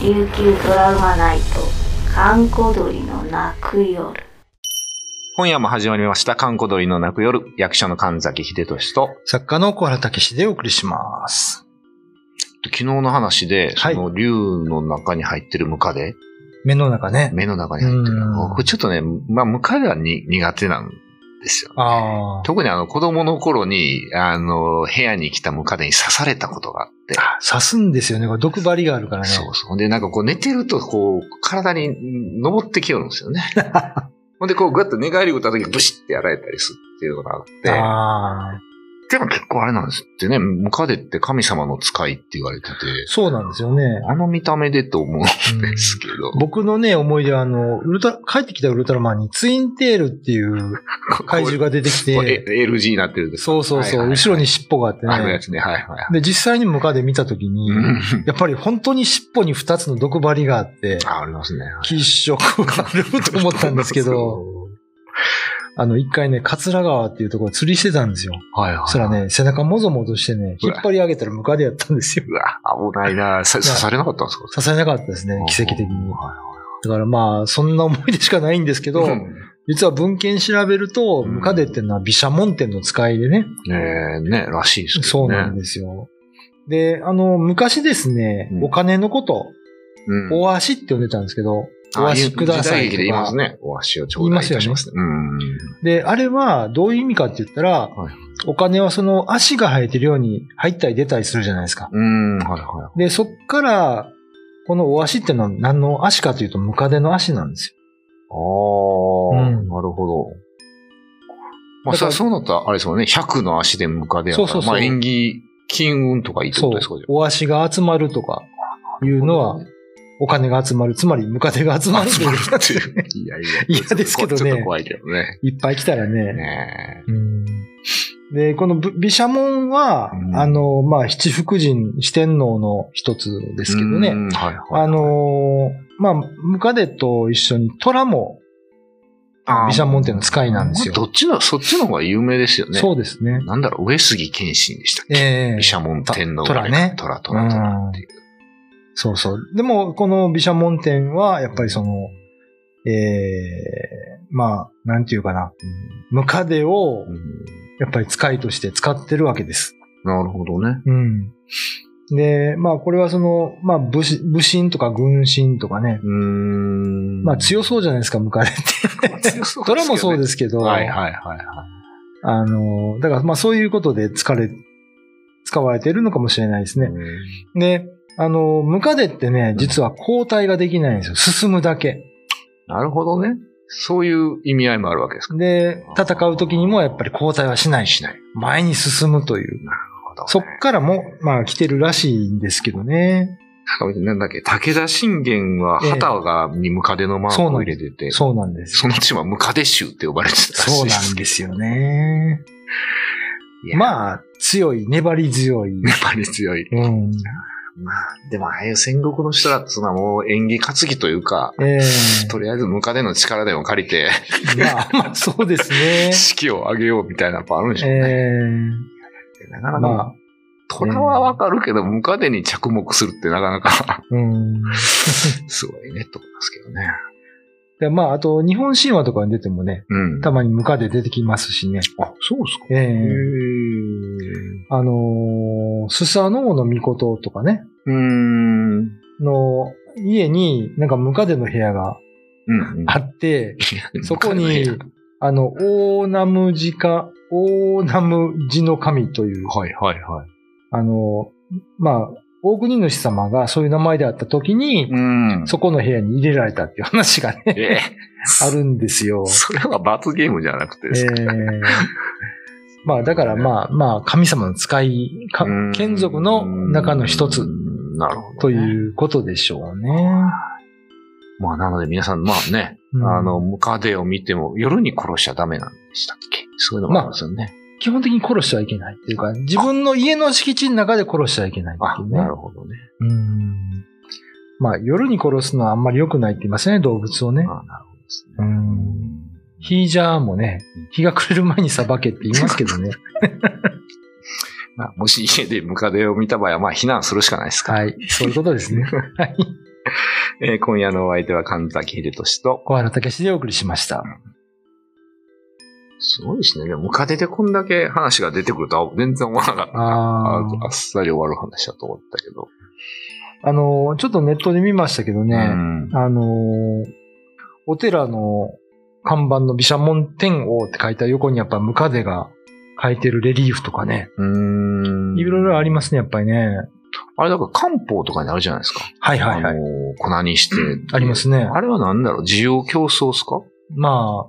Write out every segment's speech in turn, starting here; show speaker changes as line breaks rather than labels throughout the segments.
琉球ドラマナイト閑古鳥の泣く夜
今夜も始まりました、観光鳥の泣く夜、役者の神崎秀俊と、
作家の小原武史でお送りします。
昨日の話で、
はい
その竜の中に入ってるムカデ、
目の中ね。
目の中に入ってる
うん。
僕ちょっとね、まあ、ムカデはに苦手なんですよ。
あー
特にあの、子供の頃に、あの、部屋に来たムカデに刺されたことがあって、
あ。刺すんですよね。これ毒針があるからね。
そうそう。で、なんかこう寝てると、こう、体にん登ってきよるんですよ ね。ほんで、こう、ぐっと寝返り打った時にブシってやられたりするっていうのがあって、
あー
でも結構あれなんですってね、ムカデって神様の使いって言われてて、
そうなんですよね。
あの見た目でと思う
うん
んですけど、
僕のね、思い出は、あの、ウルトラ、帰ってきたウルトラマンにツインテールっていう怪獣が出てき
これ
て、
これ LG になってるんです。
そうそう
はい
そう、
はいはい
後ろに尻尾があって
あのや
ね。
つね、はいはいはい。
で、実際にムカデ見たときに、
うん
やっぱり本当に尻尾に2つの毒針があって、
あ、ありますね。
喫色があると思ったんですけど、あの、一回ね、桂川っていうところ釣りしてたんですよ。
はいはい。
そしたら。ね、背中もぞもぞしてね、
う
引っ
わ
張り上げたらムカデやったんですよ。
うわ、危ないな。さ刺されなかったんですか
刺されなかったですね、奇跡的に。だからまあ、そんな思い出しかないんですけど、
うん
実は文献調べると、
うん
ムカデっていうのは毘沙門天の使いでね、
ねえ、ねらしいですけどね。
そうなんですよ。で、あの、昔ですね、
うん
お金のこと、
うん
お足って呼んでたんですけど、お足くださ
ああう時代劇
いと
で言います
か。
ね。お足を頂戴いたしますね。うん。
で、あれはどういう意味かって言ったら、
はい
お金はその足が生えてるように入ったり出たりするじゃないですか。
うん、はいは
で、そっから、このお足ってのは何の足かというと、ムカデの足なんですよ。
い。ああ、
うん
なるほど。まあ、
だか
そ
ら
そうなったら、あれですもんね、100の足でムカデやから
そうそうそう
まあ、縁起、金運とかいいって
そ
こ
う
とですかじゃ。
お足が集まるとか、いうのは、お金が集まる。つまり、ムカデが集まると
集
い
まる
う。
っていう。 いやいや。
嫌ですけどね
ちょっと怖いけどね。
いっぱい来たらね。
ね
うんで、このぶ毘沙門は、
うん
あの、まあ、七福神、四天王の一つで
です
けどね。
はいはい。
あのーまあ、ムカデと一緒に虎も、
あー、
毘沙門天の使いなんですよ
どっちの、そっちの方が有名ですよね。
そうですね。
なんだろう、上杉謙信でしたっけ
ええ
毘沙門天の
虎ね
虎、虎、虎っていう。
そうそう。でも、この毘沙門天は、やっぱりその、ええまあ、なんていうかな。ムカデを
う、ん
やっぱり使いとして使ってるわけです。
なるほどね。
うん。で、まあ、これはその、まあ、武士武神とか軍神とかね。
うーん。
まあ、強そうじゃないですか、ムカデって。 ドラもそうですすけ
け
ど、
どね。はいはいはいは
あの、だから、まあ、そういうことで疲れ、使われているのかもしれないです
い。
ね。で、あの、ムカデってね
ん、
実は交代ができないんですよ。進むだけ。
なるほどね。そういう意味合いもあるわけですか。
で、戦う時にもやっぱり交代はしないし、
しない。
前に進むという。
そ
そっからも、まあ来てるらしいんですけどね。
なんだっけ、武田信玄は
ええ
旗が、にムカデのマークを入れてて、そ
そうなんです。
の地はムカデ州って呼ばれてたらしい
そうなんですよね。
あ、
まあ、強い、粘り強い。
やっぱり強い。
うん。
まあ、でもああいう戦国の人らっつうのはもう演技担ぎというか、
ええ
とりあえずムカデの力でも借りて、
まあ、まあ、そうです ね。
士気を上げようみたいなのもあるんでしょうね。
え
なか
え
なか、
まあ、
虎はわかるけど、ムカデに着目するってなかな か、
うん。
すごいね、と思いますけどね。
でまあ、あと、日本神話とかに出てもね、
うん。
たまにムカデ出てきますしね。
あ、そうですか。
え
へ
えあのースサノオノミコトとかね、
うーん。うん。
の家になんかムカデの部屋が
うん
あって、そこ
ムカデ
に
の部、
あの、オーナムジカ、オーナムジの神という、
屋はいはいはい。
あの、まあ、大国主様がそういう名前であった時に、
うん。
そこの部屋に入れられたっていう話 がね、
ええ
あるんですよ。
それは罰ゲームじゃなくて
え
ですか。
ーまあ、だからまあ、まあ、神様の使い、か
うん
眷属の中の一つ。
なるほど、
と
う。
いうことでしょうね。
まあ、なので皆さん、まあね、
うん
あの、ムカデを見ても、夜に殺しちゃダメなんでしたっけそういうのもあるんですよね。
基本的に殺してはいけないっていうか、自分の家の敷地の中で殺してはいけないって
あ、
いうね
な。るほどね。
うん。まあ、夜に殺すのはあんまり良くないって言いますよね、動物をね。
あなるほどですね。
うん。ヒージャーもね、日が暮れる前に裁けって言いますけ どね。
まあ、もし家でムカデを見た場合は、まあ、避難するしかないですから。
はい。そういうことですね。はい。
えー今夜のお相手は神崎秀俊と、
小原武史でお送りしました。
すごいですね。でも、ムカデでこんだけ話が出てくるとは全然思わなかったな。
あー
ああっさり終わる話だと思ったけど。
あのー、ちょっとネットで見ましたけどね、
うん
あのー、お寺の看板の毘沙門天王って書いた横にやっぱムカデが書いてるレリーフとかね、
うーん。
いろいろありますね、やっぱりね。
あれ、だから漢方とかにあるじゃないですか。
はいはいは
あ
い。
のー粉にして。
ありますね
あれは何だろう需要競争ですか
ま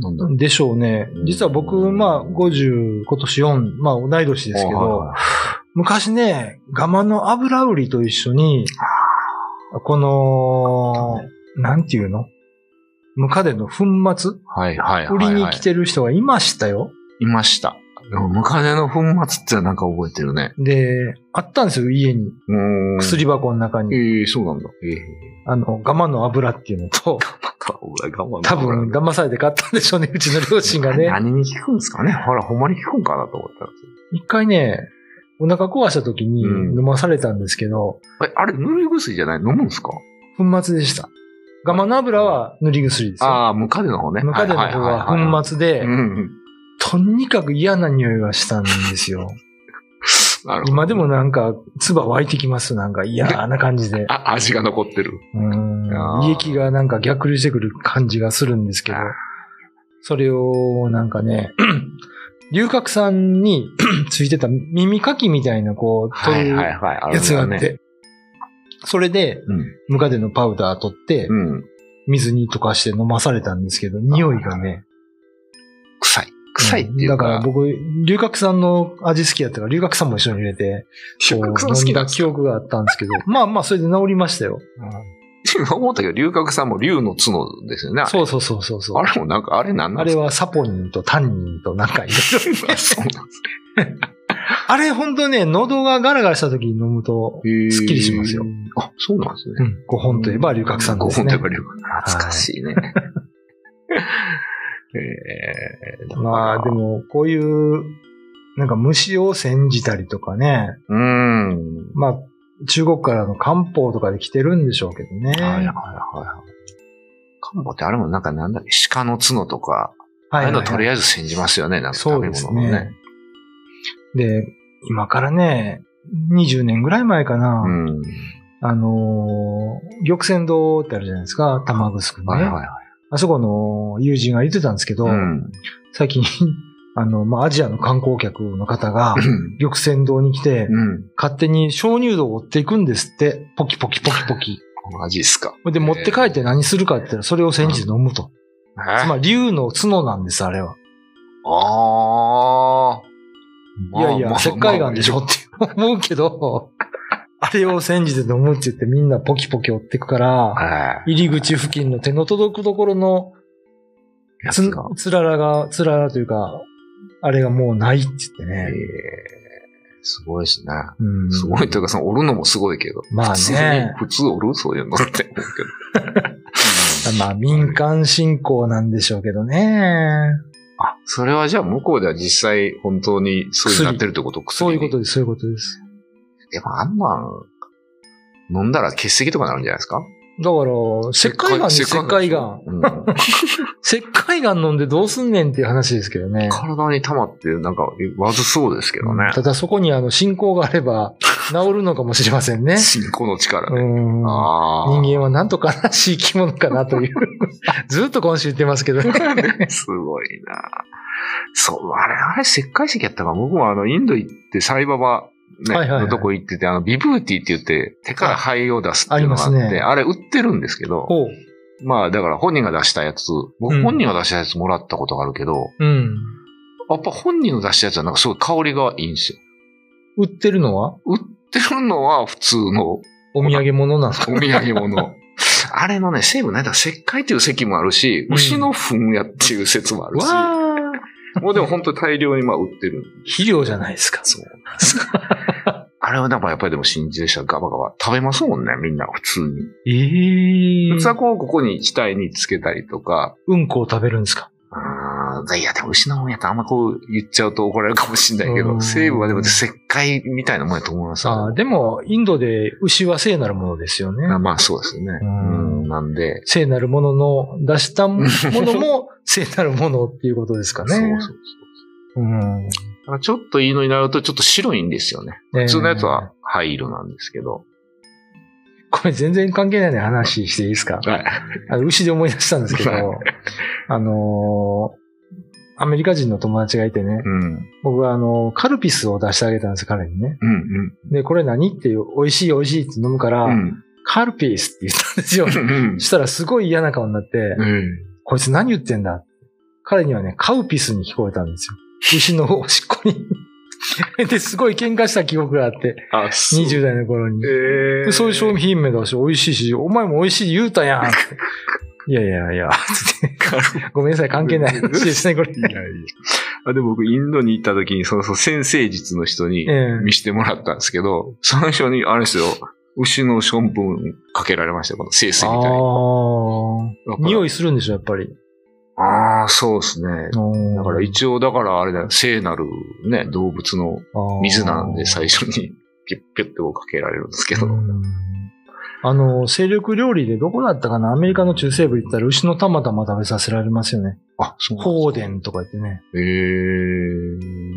なんだ
あ
ろ、う
でしょうね。実は僕、まあ、50、今年4、まあ、同い年ですけど、昔ね、ガマの油売りと一緒に、この、なんていうのムカデの粉末
はいはいはいはい。
売りに来てる人がいましたよ。
いました。でもムカデの粉末ってなんか覚えてるね。
で、あったんですよ、家に。
うーん。
薬箱の中に。
ええそうなんだ。ええ
あの、ガマの油っていうのと、
また、お前我慢
多分、騙されて買ったんでしょうね、うちの両親 がね。
何に効くんですかねほら、ほんまに効くんかなと思ったんです
一回ね、お腹壊した時に
うん
飲まされたんですけど、
よえ、あれ、塗り薬じゃない飲むんですか
粉末でした。ガマの油は塗り薬ですよ。
ああ、ムカデの方ね。
ムカデの方
いいい
は粉末で
う、ん。
とにかく嫌な匂いがしたんですよ。
なるほど。
今でもなんか、唾湧いてきます。なんか嫌な感じで。
あ、味が残ってる。
うん
あー
胃液がなんか逆流してくる感じがするんですけど
あー、
それをなんかね、 龍角散に ついてた耳かきみたいなこう、取るや
はい。あ
つがあって、
るんだね。
それでムカデのパウダー取って
う、ん。うん。
水に溶かして飲まされたんですけど、匂いがね。
臭い。臭いっていううん
だから
か、
僕、龍角散の味好きだったから、龍角散も一緒に入れて、
収
こう
穫さん好きだ
飲ん記憶があったんですけ ど、まあまあ、それで治りましたよ。
今思ったけど、龍角さんも龍の角ですよね。あれ
そうそうそうそうそう。
あれもなんか、あれなんな
あ
んで
れ
すか
はサポニンとタンニンとなんかいろいろ
あ そうなんですね
あれ本当ね、喉がガラガラした時に飲むと、
へー
すっきりしますよ。
あ、そうなんですね
う。ん、5本といえば龍角散ですね。
ご本といえば龍角散懐かしい ね。えー
まあでも、こういう、なんか虫を煎じたりとかね、
うーん。
まあ、中国からの漢方とかで来てるんでしょうけどね。
はいはいはいはい。漢方ってあれもなんかなんだっけ、鹿の角とか、ああいうのとりあえず煎じますよね、なんか
そ
食
う
べ
です
物のね
ね。。で、今からね、20年ぐらい前かな、
うん。
あのー、玉泉堂ってあるじゃないですか、玉城の
はい
ね、
はいはい。
あそこの友人が言ってたんですけど、
うん
最近、 あの、まあ、アジアの観光客の方が、玉泉堂に来て、
うん。
勝手に鍾乳洞を追っていくんですって、ポキポキポキポキ。
マジっすか。
で、持って帰って何するかって言ったら、それを煎じて飲むと。
えー。
つ
あ
まり、竜の角なんです、あれは。
あー。
いやいや、
まあ
石灰岩でしょって 思うけど、あれを煎じて飲むって言ってみんなポキポキ追ってくから、
は
入り口付近の手の届くところの
い。や
つ
つが。
つららが、つららというか、あれがもうないって言って
えー
ね。
すごいですね。
うん
すごいというか、その、折るのもすごいけど。
まあね
普通に、普通折るそういうのって思うけど。
まあ民間信仰なんでしょうけどね。
あ、それはじゃあ向こうでは実際本当にそうになってるってこと
そういうこと
で
です、そういうことです。
す。やっぱあんなん、飲んだら血石とかなるんじゃないですか
だから、石灰岩です、石灰
う
岩。
ん
石灰岩飲んでどうすんねんっていう話ですけど ね。
体に溜まって、なんか、わずそうですけどね。
ただそこにあの信仰があれば治るのかもしれませんね。
信仰の力
う
ね。
ん。
ああ。
人間はなんとかなしい生き物かな という。ずっと今週言ってますけどね。
すごいな。そう、あれ、あれ、石灰石やったか僕もあの、インド行って、サイババ、ね、
はいはいはい
のとこ行ってて、あの、ビブーティーって言って、手から灰を出すっていうのがあって、
ああ
あ
りますね
れ売ってるんですけど、
ほう。
まあ、だから本人が出したやつ、僕
うん
本人が出したやつもらったことがあるけど、
うん。
やっぱ本人の出したやつはなんかすごい香りがいいんですよ。
売ってるのは
売ってるのは普通のお
お土産物なんですか
土産 物。あれのね、成分ないだ、石灰っていう石もあるし、
うん
牛の糞やっていう説もあるし、
わー。
もうでも本当に大量にまあ売ってる。
肥料じゃないですか。
そうなんです。あれはなんかやっぱりでも真珠でしたらガバガバ食べますもんね、みんな普通に。
ええ
普通はこう、ここに死体につけたりとか、
うんこを食べるんですか
うーん。いや、でも牛のもんやとあんまこう言っちゃうと怒られるかもしれないけ
う
ど、
ん
西部はでも石灰みたいなもんやと思いますよ
ああでも、インドで牛は聖なるものですよね。
あまあそうですよね。
ん
うんなんで、
聖なるものの出したものも 聖なるものっていうことですかね。
そうそうそう。
うん。ね
だからちょっといいのになるとちょっと白いんですよね。普通のやつは灰色なんですけど。
これ全然関係ないね話していいですか
はい。
あの牛で思い出したんですけ ど
はい、
あのーアメリカ人の友達がいてね
う、ん。うん
僕はあの、カルピスを出してあげたんです、彼にね。
うん。
で、これ何っていう、美味しい美味しいって飲むから、
うん
カルピスって言ったんですよ。
うん
そしたらすごい嫌な顔になって、
うん。
こいつ何言ってんだ彼にはね、カウピスに聞こえたんですよ。牛のおしっこに。 で、すごい喧嘩した記憶があって、
あ、そう。
20代の頃に。
え
でそういう商
品。
品名だし、美味しいし、お前も美味しい言うたやん って。いやいやいや、つってごめんなさい、関 係ない話ですね、これ。
いやいや。あで、僕、インドに行った時に、その、その先生術の人に
ええ
見せてもらったんですけど、その人に、あれですよ、牛のションプンかけられましたよ、この清水
あ
みたいに。
ー匂
い。
いするんでしょ、やっぱり。
ああ、そうですね。
だ
だから一応、だからあれだよ、聖なるね、動物の水なんで最初にピュッピュッとかけられるんですけど。
うんあの、勢力料理でどこだったかなアメリカの中西部行ったら牛のたまたま食べさせられますよね。
あ、そうなん
放
ですか。
電とか言ってね。
へえ。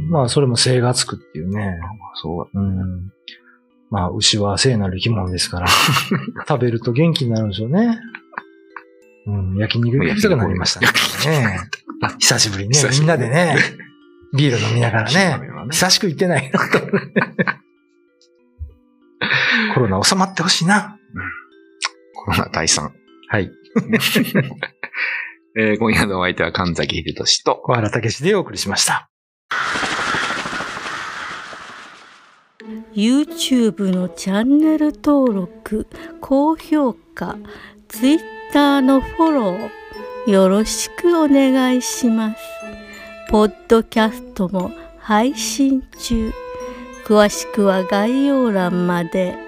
まあ、それも精がつくっていうね。
そう。
うん。まあ、牛は聖なる生き物です から、食べると元気になるんでしょうね。うん、焼肉食いたくなりましたね。ねえ久しぶりね
久。しぶり
みんなでね、ビール飲みながら ね。
ね
久しく行ってないなと。 コロナ収まってほしいな。
コロナ退散。
はい。
えー今夜のお相手は神崎秀俊と、
小原武史でお送りしました。
YouTube のチャンネル登録高評価 Twitter のフォローよろしくお願いしますポッドキャストも配信中詳しくは概要欄まで。